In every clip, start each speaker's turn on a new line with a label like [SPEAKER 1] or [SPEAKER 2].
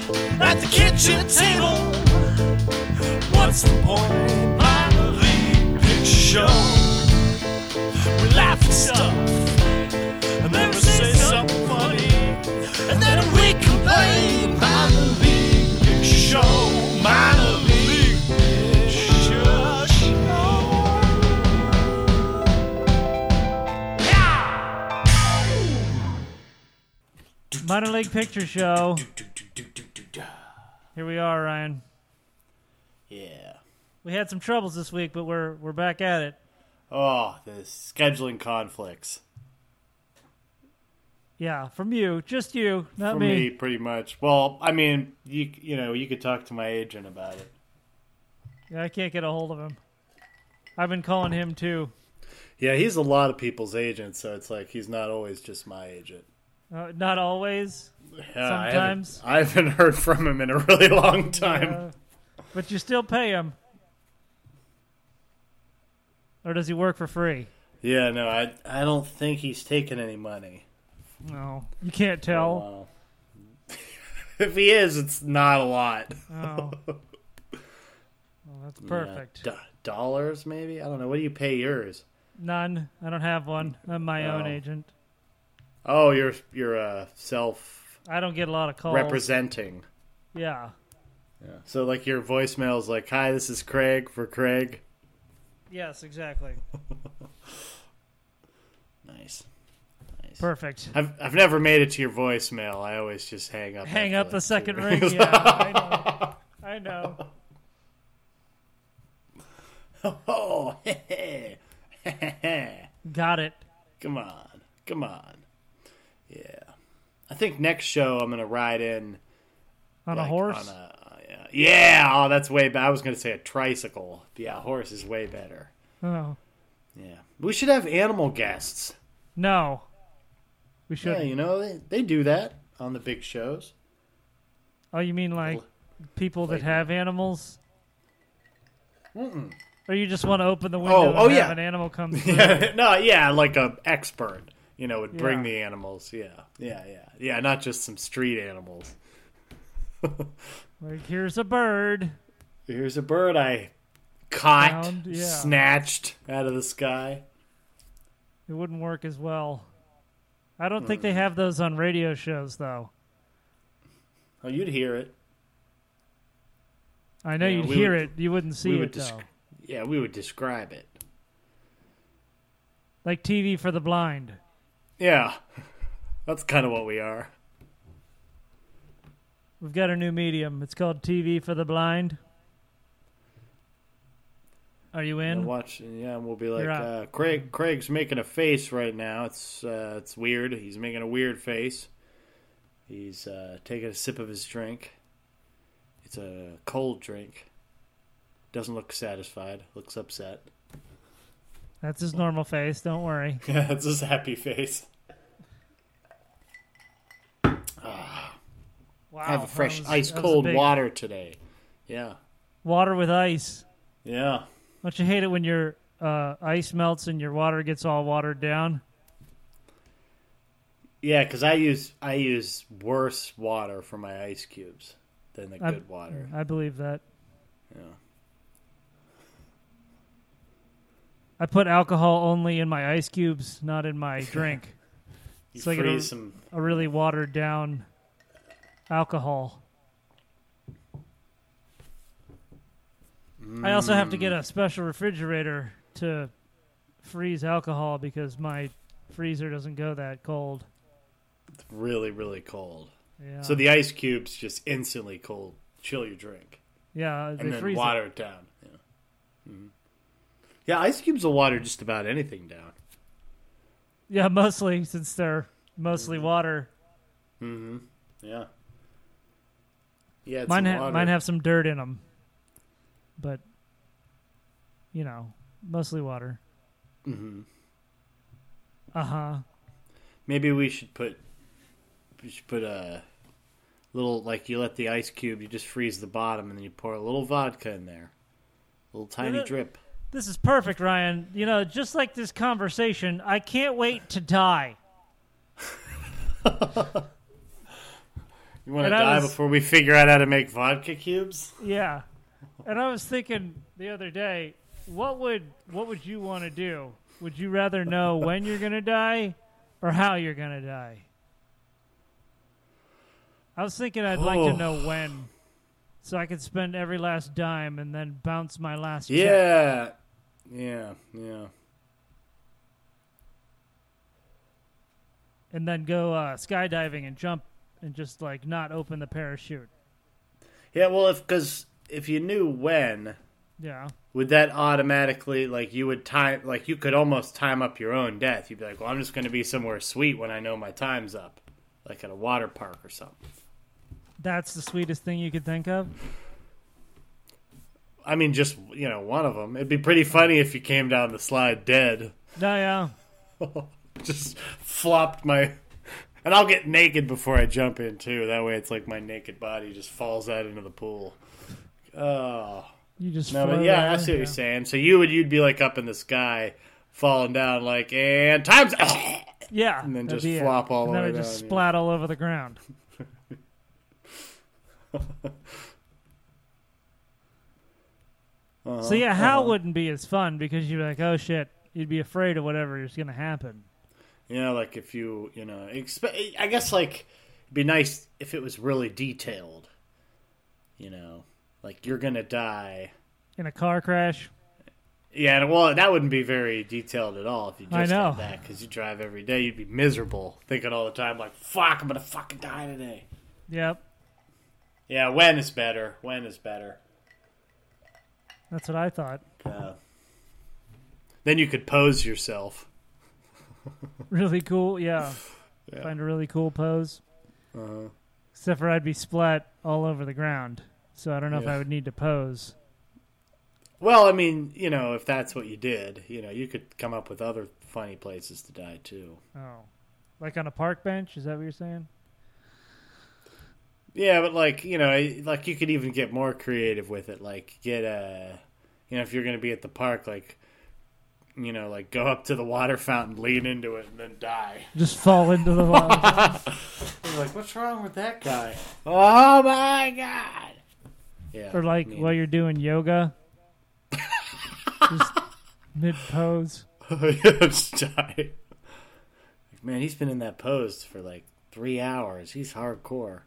[SPEAKER 1] the kitchen table. What's the point by the lead picture show? We laugh at stuff and then we say something funny, and then we complain by the lead picture show. Minor league picture show. Yeah!
[SPEAKER 2] Minor League Picture Show. Here we are, Ryan.
[SPEAKER 3] Yeah.
[SPEAKER 2] We had some troubles this week, but we're we're back at it.
[SPEAKER 3] Oh, the scheduling conflicts.
[SPEAKER 2] Yeah, from you, just you, not
[SPEAKER 3] For me, pretty much. Well, I mean, you you know, you could talk to my agent about it.
[SPEAKER 2] Yeah, I can't get a hold of him. I've been calling him too.
[SPEAKER 3] Yeah, he's a lot of people's agent, so it's like he's not always just my agent.
[SPEAKER 2] Uh, not always,
[SPEAKER 3] Yeah, I haven't-
[SPEAKER 2] Sometimes.
[SPEAKER 3] I haven't, heard from him in a really long time.
[SPEAKER 2] uh, but you still pay him. Or does he work for free?
[SPEAKER 3] yeah, no, I I don't think he's taken any money.
[SPEAKER 2] No, you can't tell.
[SPEAKER 3] Wow. if he is, it's not a lot.
[SPEAKER 2] Oh, well, that's perfect.
[SPEAKER 3] Yeah, do- dollars, maybe. I don't know. What do you pay yours?
[SPEAKER 2] None. I don't have one. I'm my own
[SPEAKER 3] Oh.
[SPEAKER 2] agent.
[SPEAKER 3] Oh, you're you're uh, self
[SPEAKER 2] I don't get a lot of calls.
[SPEAKER 3] representing.
[SPEAKER 2] Oh. Yeah.
[SPEAKER 3] So like your voicemail's like, "Hi, this is Craig for Craig."
[SPEAKER 2] Yes, exactly.
[SPEAKER 3] Nice. Nice.
[SPEAKER 2] Perfect.
[SPEAKER 3] I've I've never made it to your voicemail. I always just hang up.
[SPEAKER 2] Hang
[SPEAKER 3] after,
[SPEAKER 2] up
[SPEAKER 3] like,
[SPEAKER 2] the second
[SPEAKER 3] two-
[SPEAKER 2] ring. Yeah, I know. I know.
[SPEAKER 3] oh, hey, hey.
[SPEAKER 2] Got it.
[SPEAKER 3] come on, come on. Yeah, I think next show I'm gonna ride in
[SPEAKER 2] On a
[SPEAKER 3] like,
[SPEAKER 2] horse?
[SPEAKER 3] On a, yeah. yeah. Oh, that's way. better. I was gonna say a tricycle. Yeah, horse is way better.
[SPEAKER 2] Oh.
[SPEAKER 3] Yeah, we should have animal guests.
[SPEAKER 2] No. We should.
[SPEAKER 3] Yeah, you know they, they do that on the big shows.
[SPEAKER 2] Oh, you mean like people that
[SPEAKER 3] like-
[SPEAKER 2] have animals? Or you just want to open the window
[SPEAKER 3] Oh,
[SPEAKER 2] and
[SPEAKER 3] oh,
[SPEAKER 2] have
[SPEAKER 3] yeah.
[SPEAKER 2] an animal come through?
[SPEAKER 3] Yeah, no, yeah, like a expert, you know, would bring
[SPEAKER 2] Yeah.
[SPEAKER 3] the animals. Yeah, yeah, yeah, yeah, not just some street animals.
[SPEAKER 2] Like, here's a bird.
[SPEAKER 3] Here's a bird I caught,
[SPEAKER 2] Found, yeah.
[SPEAKER 3] snatched out of the sky.
[SPEAKER 2] It wouldn't work as well. I don't think they have those on radio shows, though.
[SPEAKER 3] Oh, you'd hear it.
[SPEAKER 2] I know
[SPEAKER 3] Yeah,
[SPEAKER 2] you'd
[SPEAKER 3] we
[SPEAKER 2] hear
[SPEAKER 3] would-
[SPEAKER 2] it. You wouldn't see
[SPEAKER 3] we
[SPEAKER 2] it,
[SPEAKER 3] would
[SPEAKER 2] though.
[SPEAKER 3] desc- yeah, we would describe it.
[SPEAKER 2] Like TV for the blind.
[SPEAKER 3] Yeah, that's kind of what we are.
[SPEAKER 2] We've got a new medium. It's called TV for the blind. Are you
[SPEAKER 3] And
[SPEAKER 2] in?
[SPEAKER 3] watch, yeah, and we'll be like,
[SPEAKER 2] You're up.
[SPEAKER 3] uh, Craig. Craig's making a face right now. It's uh, it's weird. He's making a weird face. He's uh, taking a sip of his drink. It's a cold drink. Doesn't look satisfied. Looks upset.
[SPEAKER 2] That's his normal face. Don't worry.
[SPEAKER 3] Yeah, it's his happy face.
[SPEAKER 2] Wow,
[SPEAKER 3] I have a
[SPEAKER 2] Oh, that
[SPEAKER 3] fresh
[SPEAKER 2] was-
[SPEAKER 3] ice
[SPEAKER 2] that was a
[SPEAKER 3] cold
[SPEAKER 2] big-
[SPEAKER 3] water today. Yeah,
[SPEAKER 2] Water with ice.
[SPEAKER 3] yeah.
[SPEAKER 2] Don't you hate it when your uh, ice melts and your water gets all watered down?
[SPEAKER 3] Yeah, because I use I use worse water for my ice cubes than the
[SPEAKER 2] I-
[SPEAKER 3] good water.
[SPEAKER 2] I believe that.
[SPEAKER 3] Yeah.
[SPEAKER 2] I put alcohol only in my ice cubes, not in my drink.
[SPEAKER 3] You
[SPEAKER 2] So I get a-
[SPEAKER 3] freeze some.
[SPEAKER 2] a really watered down alcohol. I also have to get a
[SPEAKER 3] Mm.
[SPEAKER 2] special refrigerator to freeze alcohol because my freezer doesn't go that cold.
[SPEAKER 3] really, really cold.
[SPEAKER 2] Yeah.
[SPEAKER 3] So the ice cubes just instantly cold, chill your drink,
[SPEAKER 2] yeah, they
[SPEAKER 3] and then
[SPEAKER 2] freeze it.
[SPEAKER 3] water it, down. Yeah. hmm yeah, ice cubes will water just about anything down.
[SPEAKER 2] Yeah, mostly since they're mostly
[SPEAKER 3] Mm-hmm.
[SPEAKER 2] water.
[SPEAKER 3] Yeah. Yeah, it's
[SPEAKER 2] Mine
[SPEAKER 3] some
[SPEAKER 2] ha-
[SPEAKER 3] water.
[SPEAKER 2] mine have some dirt in them, but you know, mostly water. Mm-hmm. Uh huh.
[SPEAKER 3] Maybe we should put we should put a little like you let the ice cube, you just freeze the bottom, and then you pour a little vodka in there, little tiny
[SPEAKER 2] that-
[SPEAKER 3] drip.
[SPEAKER 2] This is perfect, Ryan. You know, just like this conversation, I can't wait to die.
[SPEAKER 3] You want to
[SPEAKER 2] And I
[SPEAKER 3] die
[SPEAKER 2] was-
[SPEAKER 3] before we figure out how to make vodka cubes?
[SPEAKER 2] Yeah. And I was thinking the other day, what would what would you want to do? Would you rather know when you're going to die or how you're going to die? I was thinking I'd like
[SPEAKER 3] Oh.
[SPEAKER 2] to know when so I could spend every last dime and then bounce my last check.
[SPEAKER 3] Yeah. Yeah, yeah.
[SPEAKER 2] and then go uh, skydiving and jump and just like not open the parachute.
[SPEAKER 3] Yeah, well, if because if you knew when,
[SPEAKER 2] Yeah.
[SPEAKER 3] would that automatically like you would time like you could almost time up your own death? You'd be like, well, I'm just going to be somewhere sweet when I know my time's up, like at a water park or something.
[SPEAKER 2] That's the sweetest thing you could think of.
[SPEAKER 3] I mean, just you know, one of them. It'd be pretty funny if you came down the slide dead,
[SPEAKER 2] No, yeah.
[SPEAKER 3] just flopped my. And I'll get naked before I jump in too. That way, it's like my naked body just falls out into the pool. Oh.
[SPEAKER 2] You just
[SPEAKER 3] No, but
[SPEAKER 2] float
[SPEAKER 3] yeah, I
[SPEAKER 2] out,
[SPEAKER 3] see what
[SPEAKER 2] yeah.
[SPEAKER 3] you're saying. So you would you'd be like up in the sky, falling down like and times.
[SPEAKER 2] Yeah,
[SPEAKER 3] And then
[SPEAKER 2] that'd
[SPEAKER 3] just
[SPEAKER 2] be it.
[SPEAKER 3] flop all
[SPEAKER 2] and
[SPEAKER 3] the
[SPEAKER 2] then
[SPEAKER 3] way
[SPEAKER 2] it just
[SPEAKER 3] down, yeah.
[SPEAKER 2] splat all over the ground.
[SPEAKER 3] Uh-huh,
[SPEAKER 2] so yeah, how
[SPEAKER 3] uh-huh.
[SPEAKER 2] wouldn't be as fun because you're like, oh shit, you'd be afraid of whatever is going to happen.
[SPEAKER 3] you know, like if you you know, expe- I guess like it'd be nice if it was really detailed. You know, like you're gonna die.
[SPEAKER 2] In a car crash,
[SPEAKER 3] Yeah, and, well, that wouldn't be very detailed at all if you just
[SPEAKER 2] I know.
[SPEAKER 3] did that because you drive every day. You'd be miserable, thinking all the time like, "Fuck, I'm gonna fucking die today."
[SPEAKER 2] yep,
[SPEAKER 3] Yeah, when is better? When is better?
[SPEAKER 2] that's what I thought.
[SPEAKER 3] Uh, then you could pose yourself.
[SPEAKER 2] Really cool, yeah. Find a really cool pose.
[SPEAKER 3] Uh-huh.
[SPEAKER 2] Except for I'd be splat all over the ground, so I don't know if
[SPEAKER 3] Yeah.
[SPEAKER 2] I would need to pose.
[SPEAKER 3] Well, I mean, you know, if that's what you did, you know, you could come up with other funny places to die too.
[SPEAKER 2] Oh, like on a park bench? Is that what you're saying?
[SPEAKER 3] Yeah, but like, you know, like you could even get more creative with it. Like, get a, you know, if you're going to be at the park, like, you know, like go up to the water fountain, lean into it, and then die.
[SPEAKER 2] Just fall into the water.
[SPEAKER 3] You're like, what's wrong with that guy? Oh my god! Yeah.
[SPEAKER 2] Or like
[SPEAKER 3] I
[SPEAKER 2] while
[SPEAKER 3] mean-
[SPEAKER 2] you're doing yoga. Just mid pose.
[SPEAKER 3] oh, Just die. Like, man, he's been in that pose for like three hours. He's hardcore.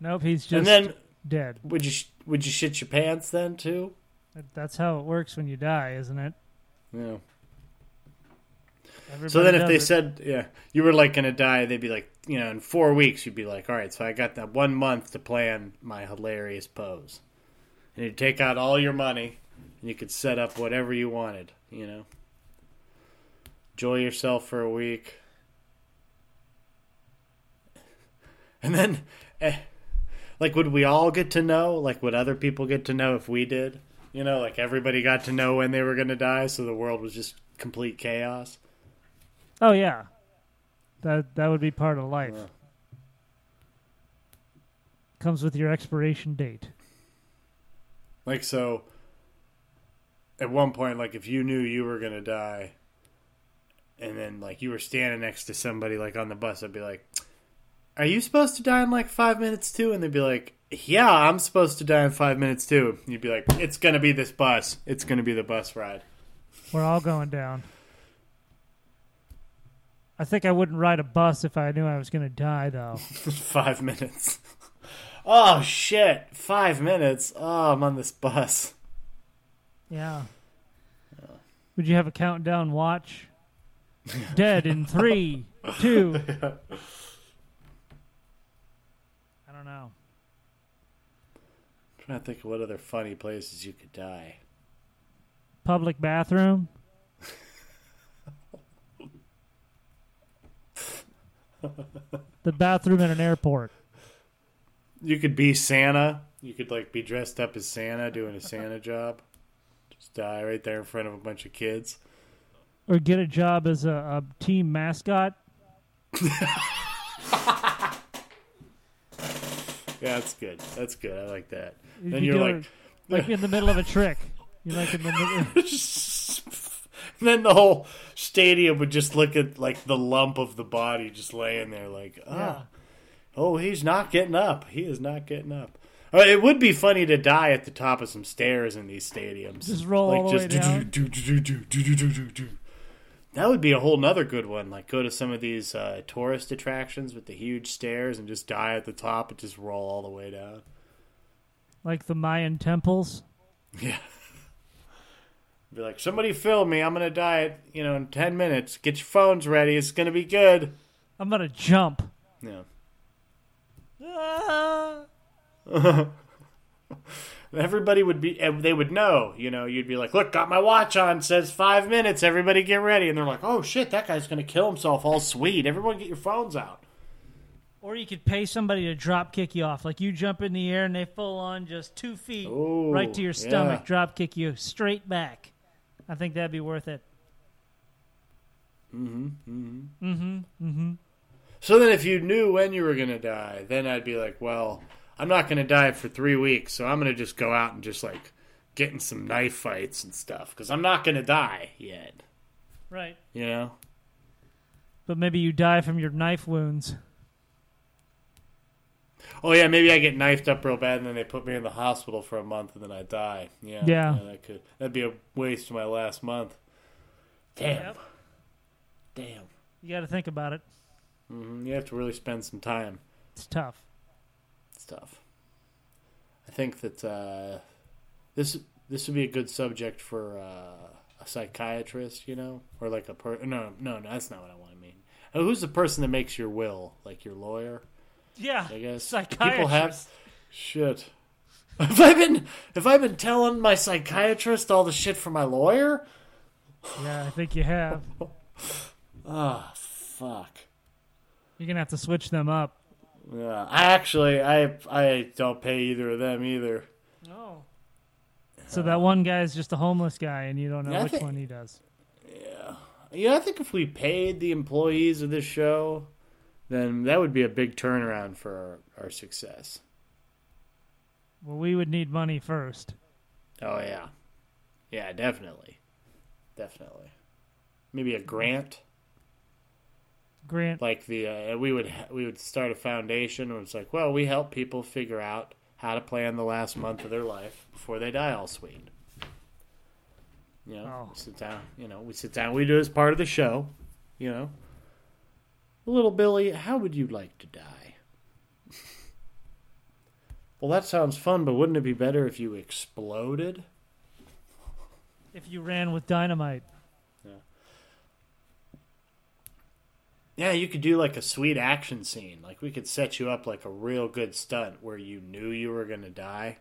[SPEAKER 2] Nope, he's just
[SPEAKER 3] And then
[SPEAKER 2] dead.
[SPEAKER 3] Would you sh- would you shit your pants then too?
[SPEAKER 2] That- That's how it works when you die, isn't it?
[SPEAKER 3] Yeah.
[SPEAKER 2] Everybody
[SPEAKER 3] So then, if
[SPEAKER 2] does
[SPEAKER 3] they
[SPEAKER 2] it.
[SPEAKER 3] said, yeah, you were like gonna die, they'd be like, you know, in four weeks, you'd be like, all right, so I got that one month to plan my hilarious pose, and you'd take out all your money, and you could set up whatever you wanted, you know. Enjoy yourself for a week, and then, eh, like, would we all get to know? Like, would other people get to know if we did? You know, like everybody got to know when they were gonna die, so the world was just complete chaos.
[SPEAKER 2] Oh yeah. That that would be part of life.
[SPEAKER 3] Yeah.
[SPEAKER 2] Comes with your expiration date.
[SPEAKER 3] Like so at one point like if you knew you were going to die and then like you were standing next to somebody like on the bus I'd be like are you supposed to die in like 5 minutes too and they'd be like yeah I'm supposed to die in 5 minutes too you'd be like it's going to be this bus it's going to be the bus ride
[SPEAKER 2] We're all going down. I think I wouldn't ride a bus if I knew I was gonna die though.
[SPEAKER 3] 5 minutes oh shit 5 minutes oh I'm on this bus
[SPEAKER 2] Yeah. Would you have a countdown watch? Dead in three, two. I don't know.
[SPEAKER 3] I'm trying to think of what other funny places you could die
[SPEAKER 2] Public bathroom? the bathroom at an airport.
[SPEAKER 3] You could be Santa. You could like be dressed up as Santa doing a Santa job. Just die right there in front of a bunch of kids.
[SPEAKER 2] Or get a job as a, a team mascot?
[SPEAKER 3] Yeah, that's good. That's good. I like that.
[SPEAKER 2] You
[SPEAKER 3] Then
[SPEAKER 2] could
[SPEAKER 3] you're
[SPEAKER 2] do
[SPEAKER 3] like,
[SPEAKER 2] it, like in the middle of a trick. You're like in the middle.
[SPEAKER 3] then the whole stadium would just look at like the lump of the body just laying there, like, ah, Oh, he's not getting up. He is not getting up. Uh, It would be funny to die at the top of some stairs in these stadiums.
[SPEAKER 2] Just roll all the way down.
[SPEAKER 3] do- do- do- do- do- do- do- do- do. That would be a whole nother good one. Like go to some of these uh, tourist attractions with the huge stairs and just die at the top and just roll all the way down.
[SPEAKER 2] like the Mayan temples.
[SPEAKER 3] Yeah. Be like, somebody film me. I'm gonna die at you know in ten minutes. Get your phones ready. It's gonna be good.
[SPEAKER 2] I'm gonna jump.
[SPEAKER 3] Yeah.
[SPEAKER 2] Ah.
[SPEAKER 3] Everybody would be, and they would know, you know, you'd be like, look, got my watch on, says five minutes, everybody get ready. And they're like, oh shit, that guy's going to kill himself, all sweet. Everyone get your phones out.
[SPEAKER 2] Or you could pay somebody to drop kick you off. Like you jump in the air and they full on just two feet
[SPEAKER 3] Ooh,
[SPEAKER 2] right to your stomach,
[SPEAKER 3] yeah.
[SPEAKER 2] drop kick you straight back. I think that'd be worth it.
[SPEAKER 3] So then if you knew when you were going to die, then I'd be like, well, I'm not going to die for three weeks, so I'm going to just go out and just like get in some knife fights and stuff because I'm not going to die yet,
[SPEAKER 2] Right.
[SPEAKER 3] you know?
[SPEAKER 2] But maybe you die from your knife wounds.
[SPEAKER 3] Oh yeah, maybe I get knifed up real bad, and then they put me in the hospital for a month, and then I die. Yeah,
[SPEAKER 2] Yeah.
[SPEAKER 3] that could that'd be a waste of my last month. Damn,
[SPEAKER 2] Yep.
[SPEAKER 3] damn.
[SPEAKER 2] You got to think about it.
[SPEAKER 3] You have to really spend some time.
[SPEAKER 2] It's tough.
[SPEAKER 3] It's tough. I think that uh, this this would be a good subject for uh, a psychiatrist, you know, or like a per. No, no, no, that's not what I want to mean. Uh, Who's the person that makes your will? Like your lawyer?
[SPEAKER 2] Yeah.
[SPEAKER 3] I guess people
[SPEAKER 2] Psychiatrist.
[SPEAKER 3] have shit. Have I been have I been telling my psychiatrist all the shit for my lawyer?
[SPEAKER 2] Yeah, I think you have.
[SPEAKER 3] Ah, fuck.
[SPEAKER 2] You're gonna have to switch them up.
[SPEAKER 3] Yeah, I actually I I don't pay either of them either. Oh.
[SPEAKER 2] No. So that one guy is just a homeless guy, and you don't know
[SPEAKER 3] Yeah, I
[SPEAKER 2] which
[SPEAKER 3] think-
[SPEAKER 2] one he does.
[SPEAKER 3] Yeah, I think if we paid the employees of this show, then that would be a big turnaround for our, our success.
[SPEAKER 2] Well, we would need money first.
[SPEAKER 3] Oh yeah, yeah, definitely, definitely. Maybe a grant.
[SPEAKER 2] Grant.
[SPEAKER 3] like the uh, we would we would start a foundation where it's like, well, we help people figure out how to plan the last month of their life before they die all sweet. You know,
[SPEAKER 2] Oh.
[SPEAKER 3] sit down. You know, we sit down. We do it as part of the show. You know, little Billy, how would you like to die? well, that sounds fun, but wouldn't it be better if you exploded?
[SPEAKER 2] If you ran with dynamite.
[SPEAKER 3] Yeah, you could do like a sweet action scene. Like we could set you up like a real good stunt where you knew you were gonna die.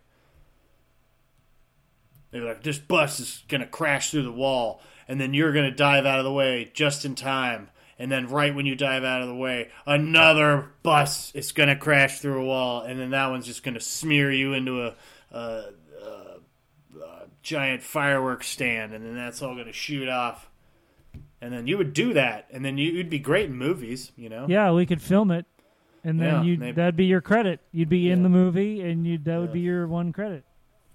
[SPEAKER 3] They're like, this bus is gonna crash through the wall, and then you're gonna dive out of the way just in time. And then right when you dive out of the way, another bus is gonna crash through a wall, and then that one's just gonna smear you into a, a, a, a giant fireworks stand, and then that's all gonna shoot off. And then you would do that, and then you, you'd be great in movies, you know?
[SPEAKER 2] Yeah, we could film it, and then
[SPEAKER 3] Yeah,
[SPEAKER 2] you
[SPEAKER 3] maybe.
[SPEAKER 2] that'd be your credit. You'd be in the movie, and you that would be your one credit.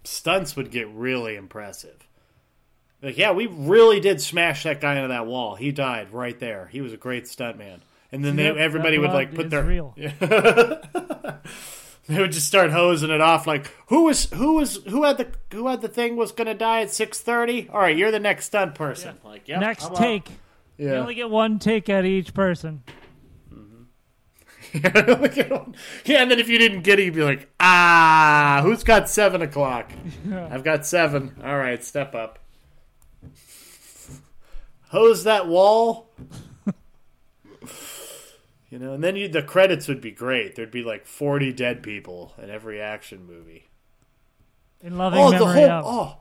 [SPEAKER 3] stunts would get really impressive. Like, yeah, we really did smash that guy into that wall. He died right there. He was a great stuntman. And then they,
[SPEAKER 2] Yep, that
[SPEAKER 3] everybody would
[SPEAKER 2] blood
[SPEAKER 3] like put
[SPEAKER 2] is
[SPEAKER 3] their
[SPEAKER 2] real.
[SPEAKER 3] they would just start hosing it off. Like, who was who was who had the who had the thing was going to die at six thirty? All right, you're the next stunt person. Like, yep,
[SPEAKER 2] Next
[SPEAKER 3] I'm up.
[SPEAKER 2] take. You
[SPEAKER 3] Yeah.
[SPEAKER 2] only get one take out of each person.
[SPEAKER 3] yeah, and then if you didn't get it, you'd be like, ah, who's got seven o'clock? I've got seven. All right, step up. Hose that wall. you know, and then you, the credits would be great. There'd be like 40 dead people in every action movie.
[SPEAKER 2] In loving
[SPEAKER 3] Oh, the
[SPEAKER 2] memory
[SPEAKER 3] whole
[SPEAKER 2] of.
[SPEAKER 3] oh,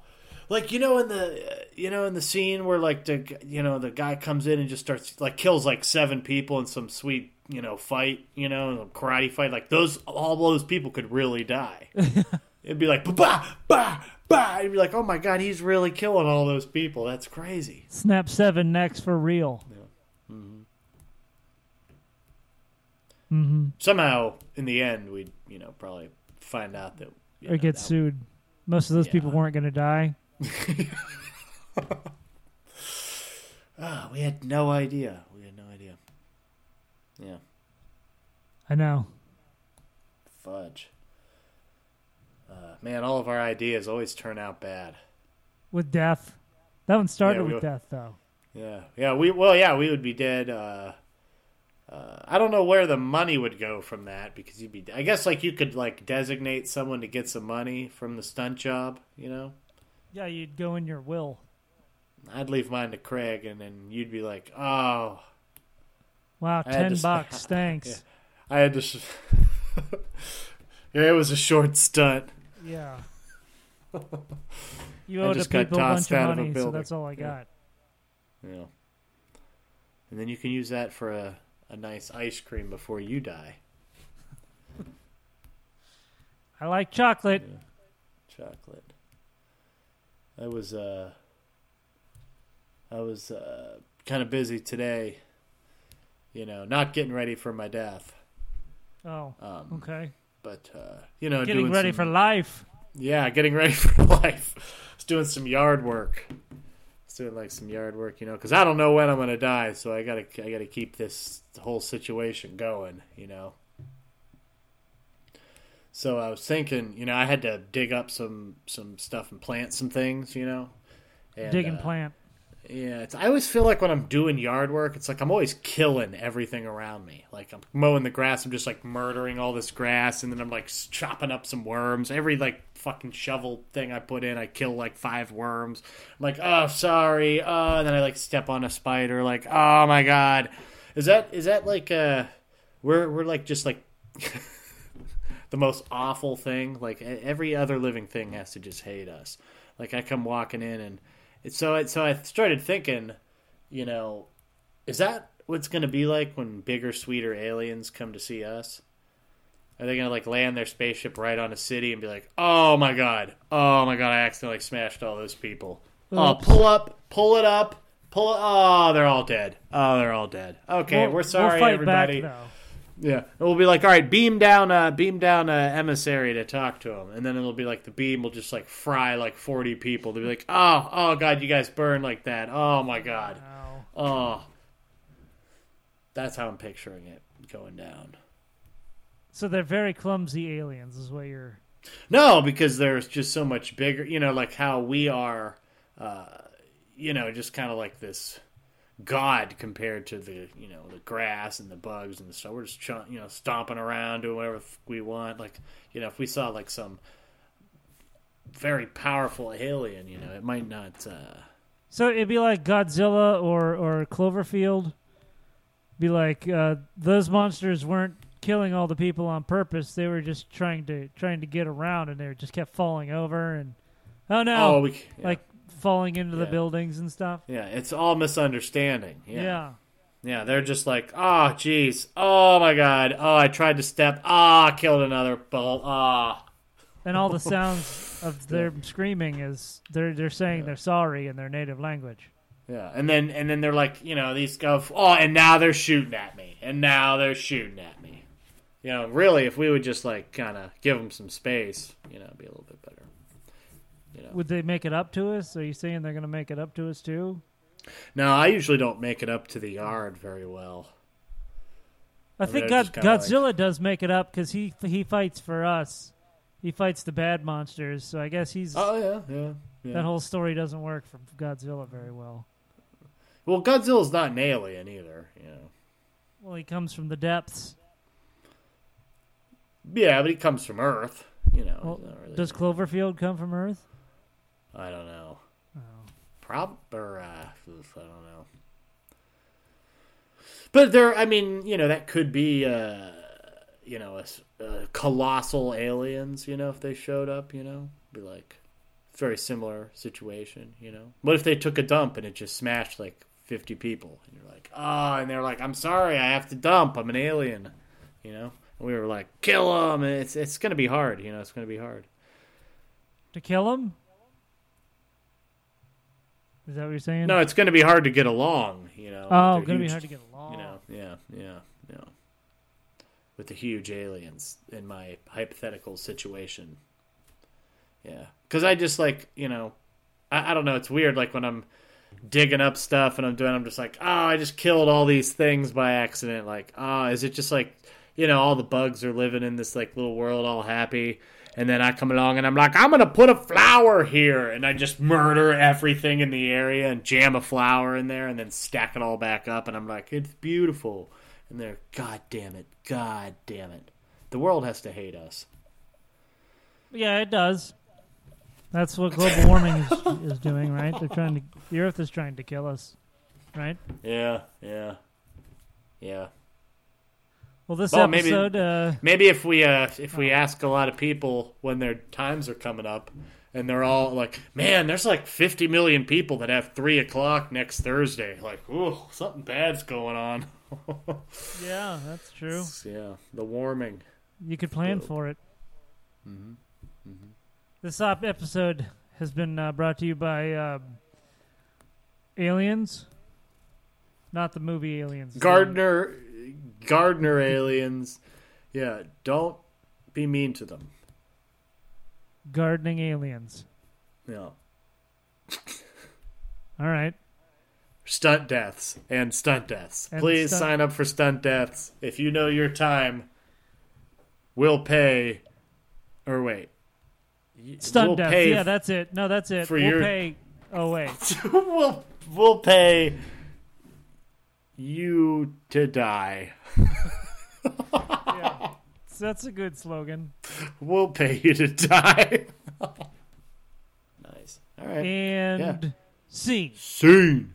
[SPEAKER 3] like you know in the uh, you know in the scene where like the g- you know the guy comes in and just starts like kills like seven people in some sweet you know fight you know in a karate fight like those all those people could really die. It'd be like ba ba ba ba. It'd be like oh my god he's really killing all those people. That's crazy.
[SPEAKER 2] Snap seven next for real.
[SPEAKER 3] Somehow in the end we'd you know probably find out that you
[SPEAKER 2] or
[SPEAKER 3] know,
[SPEAKER 2] get
[SPEAKER 3] that-
[SPEAKER 2] sued. Most of those people
[SPEAKER 3] Yeah.
[SPEAKER 2] weren't going to die.
[SPEAKER 3] Ah, we had no idea. We had no idea. Yeah.
[SPEAKER 2] I know.
[SPEAKER 3] fudge. Uh, man, all of our ideas always turn out bad.
[SPEAKER 2] with death. That one started
[SPEAKER 3] Yeah, we
[SPEAKER 2] with
[SPEAKER 3] were-
[SPEAKER 2] death, though.
[SPEAKER 3] Yeah, yeah. We well, yeah, we would be dead. Uh, uh, I don't know where the money would go from that because you'd be. I guess like you could like designate someone to get some money from the stunt job. You know,
[SPEAKER 2] Yeah, you'd go in your will.
[SPEAKER 3] I'd leave mine to Craig, and then you'd be like, "Oh,
[SPEAKER 2] Wow,
[SPEAKER 3] I had to
[SPEAKER 2] ten
[SPEAKER 3] s-
[SPEAKER 2] bucks. Thanks.
[SPEAKER 3] I had to." Sh- yeah, it was a short stunt.
[SPEAKER 2] Yeah. You
[SPEAKER 3] I
[SPEAKER 2] owe the
[SPEAKER 3] just got
[SPEAKER 2] people a bunch
[SPEAKER 3] tossed
[SPEAKER 2] of
[SPEAKER 3] out of a
[SPEAKER 2] money, so
[SPEAKER 3] building.
[SPEAKER 2] that's all I
[SPEAKER 3] Yeah.
[SPEAKER 2] got.
[SPEAKER 3] You know, and then you can use that for a a nice ice cream before you die.
[SPEAKER 2] I like chocolate.
[SPEAKER 3] chocolate. I was uh I was uh kind of busy today, you know, not getting ready for my death.
[SPEAKER 2] Oh,
[SPEAKER 3] Um
[SPEAKER 2] okay.
[SPEAKER 3] but uh you know,
[SPEAKER 2] Getting
[SPEAKER 3] doing
[SPEAKER 2] ready
[SPEAKER 3] some,
[SPEAKER 2] for life.
[SPEAKER 3] Yeah, getting ready for life. I was doing some yard work. I was doing like some yard work, you know, cuz I don't know when I'm going to die, so I got to I got to keep this whole situation going, you know. So I was thinking, you know, I had to dig up some some stuff and plant some things, you know. And,
[SPEAKER 2] Digging
[SPEAKER 3] uh,
[SPEAKER 2] plant.
[SPEAKER 3] yeah, it's, I always feel like when I'm doing yard work, it's like I'm always killing everything around me. Like I'm mowing the grass, I'm just like murdering all this grass, and then I'm like s- chopping up some worms. Every like fucking shovel thing I put in, I kill like five worms. I'm like, oh sorry, uh, and then I like step on a spider. Like, oh my god, is that is that like uh, we're we're like just like the most awful thing. Like e- every other living thing has to just hate us. Like I come walking in and it's so it, so I started thinking, you know, is that what's going to be like when bigger, sweeter aliens come to see us? Are they going to like land their spaceship right on a city and be like, "Oh my god, oh my god, I accidentally smashed all those people." Oh,
[SPEAKER 2] Oops.
[SPEAKER 3] pull up, pull it up, pull. Oh, they're all dead. Oh, they're all dead. Okay,
[SPEAKER 2] We'll-
[SPEAKER 3] we're sorry,
[SPEAKER 2] we'll fight
[SPEAKER 3] everybody.
[SPEAKER 2] Back, though.
[SPEAKER 3] Yeah, and we'll be like, all right, beam down, uh, beam down, uh, emissary to talk to him, and then it'll be like the beam will just like fry like forty people. They'll be like, oh, oh god, you guys burn like that. Oh my god,
[SPEAKER 2] Ow.
[SPEAKER 3] oh. That's how I'm picturing it going down.
[SPEAKER 2] So they're very clumsy aliens, is what you're.
[SPEAKER 3] No, because there's just so much bigger, you know, like how we are, uh, you know, just kind of like this god compared to the, you know, the grass and the bugs and the stuff. We're just, chun- you know, stomping around, doing whatever the f- we want. Like, you know, if we saw like some very powerful alien, you know, it might not. Uh,
[SPEAKER 2] So it'd be like Godzilla or or Cloverfield. Be like uh, those monsters weren't killing all the people on purpose. They were just trying to trying to get around, and they just kept falling over and oh no,
[SPEAKER 3] oh, we c- yeah.
[SPEAKER 2] like falling into the
[SPEAKER 3] Yeah.
[SPEAKER 2] buildings and stuff.
[SPEAKER 3] yeah, it's all misunderstanding.
[SPEAKER 2] Yeah.
[SPEAKER 3] Yeah, they're just like, oh, jeez, oh my god, oh, I tried to step, ah, killed another bull, ah.
[SPEAKER 2] and all the sounds of their screaming is they're they're saying they're sorry in their native language.
[SPEAKER 3] Yeah, and then and then they're like, you know, these go, oh, and now they're shooting at me, and now they're shooting at me. You know, really, if we would just like kind of give them some space, you know, it'd be a little bit better.
[SPEAKER 2] Would they make it up to us? Are you saying they're going to make it up to us too?
[SPEAKER 3] No, I usually don't make it up to the yard very well.
[SPEAKER 2] I
[SPEAKER 3] mean,
[SPEAKER 2] think
[SPEAKER 3] I
[SPEAKER 2] God,
[SPEAKER 3] just kinda like-
[SPEAKER 2] Godzilla does make it up because he he fights for us. He fights the bad monsters, so I guess he's
[SPEAKER 3] Oh yeah, yeah.
[SPEAKER 2] that whole story doesn't work for Godzilla very well.
[SPEAKER 3] Well, Godzilla's not an alien either, you know.
[SPEAKER 2] Well, he comes from the depths.
[SPEAKER 3] Yeah, but he comes from Earth, you know.
[SPEAKER 2] Well,
[SPEAKER 3] Oh, he's not really-
[SPEAKER 2] does Cloverfield come from Earth?
[SPEAKER 3] I don't know. Prob or uh, oof, I don't know. But there, I mean, you know, that could be, uh, you know, a s uh, colossal aliens. You know, if they showed up, you know, be like very similar situation. You know, what if they took a dump and it just smashed like fifty people, and you're like, ah, and they're like, I'm sorry, I have to dump. I'm an alien. You know, and we were like, kill them. And it's it's gonna be hard. You know, it's gonna be hard.
[SPEAKER 2] To kill him? Is that what you're saying?
[SPEAKER 3] No, it's going to be hard to get along, you know.
[SPEAKER 2] Oh,
[SPEAKER 3] They're
[SPEAKER 2] gonna be
[SPEAKER 3] huge-
[SPEAKER 2] hard to get along.
[SPEAKER 3] You know, yeah, yeah, yeah. With the huge aliens in my hypothetical situation. Yeah. Because I just like, you know, I, I don't know. It's weird. Like when I'm digging up stuff and I'm doing, I'm just like, oh, I just killed all these things by accident. Like, ah, "Oh, is it just like, you know, all the bugs are living in this like little world, all happy. And then I come along and I'm like, I'm gonna put a flower here, and I just murder everything in the area and jam a flower in there, and then stack it all back up. And I'm like, it's beautiful. And they're, God damn it, God damn it, the world has to hate us.
[SPEAKER 2] Yeah, it does. That's what global warming is, is doing, right? They're trying to. The Earth is trying to kill us, right?
[SPEAKER 3] Yeah, yeah, yeah.
[SPEAKER 2] Well, this
[SPEAKER 3] Well, maybe-
[SPEAKER 2] episode. Uh,
[SPEAKER 3] Maybe if we uh, if
[SPEAKER 2] Oh.
[SPEAKER 3] we ask a lot of people when their times are coming up, and they're all like, "Man, there's like 50 million people that have three o'clock next Thursday." Like, ooh, something bad's going on.
[SPEAKER 2] yeah, that's true.
[SPEAKER 3] yeah, the warming.
[SPEAKER 2] You could plan for it. This op episode has been uh, brought to you by um, Aliens, not the movie Aliens.
[SPEAKER 3] Gardner, Gardner aliens. Yeah, don't be mean to them.
[SPEAKER 2] gardening aliens.
[SPEAKER 3] Yeah,
[SPEAKER 2] All right.
[SPEAKER 3] stunt deaths and stunt deaths.
[SPEAKER 2] And
[SPEAKER 3] Please
[SPEAKER 2] stunt-
[SPEAKER 3] sign up for stunt deaths if you know your time. We'll pay, or wait. Y-
[SPEAKER 2] Stunt
[SPEAKER 3] we'll
[SPEAKER 2] deaths.
[SPEAKER 3] pay
[SPEAKER 2] yeah, that's it. No, that's it.
[SPEAKER 3] for
[SPEAKER 2] we'll
[SPEAKER 3] your-
[SPEAKER 2] pay. Oh wait.
[SPEAKER 3] we'll we'll pay you to die.
[SPEAKER 2] Yeah. So that's a good slogan.
[SPEAKER 3] We'll pay you to die. nice. All right.
[SPEAKER 2] And
[SPEAKER 3] Yeah.
[SPEAKER 2] scene.
[SPEAKER 3] Scene.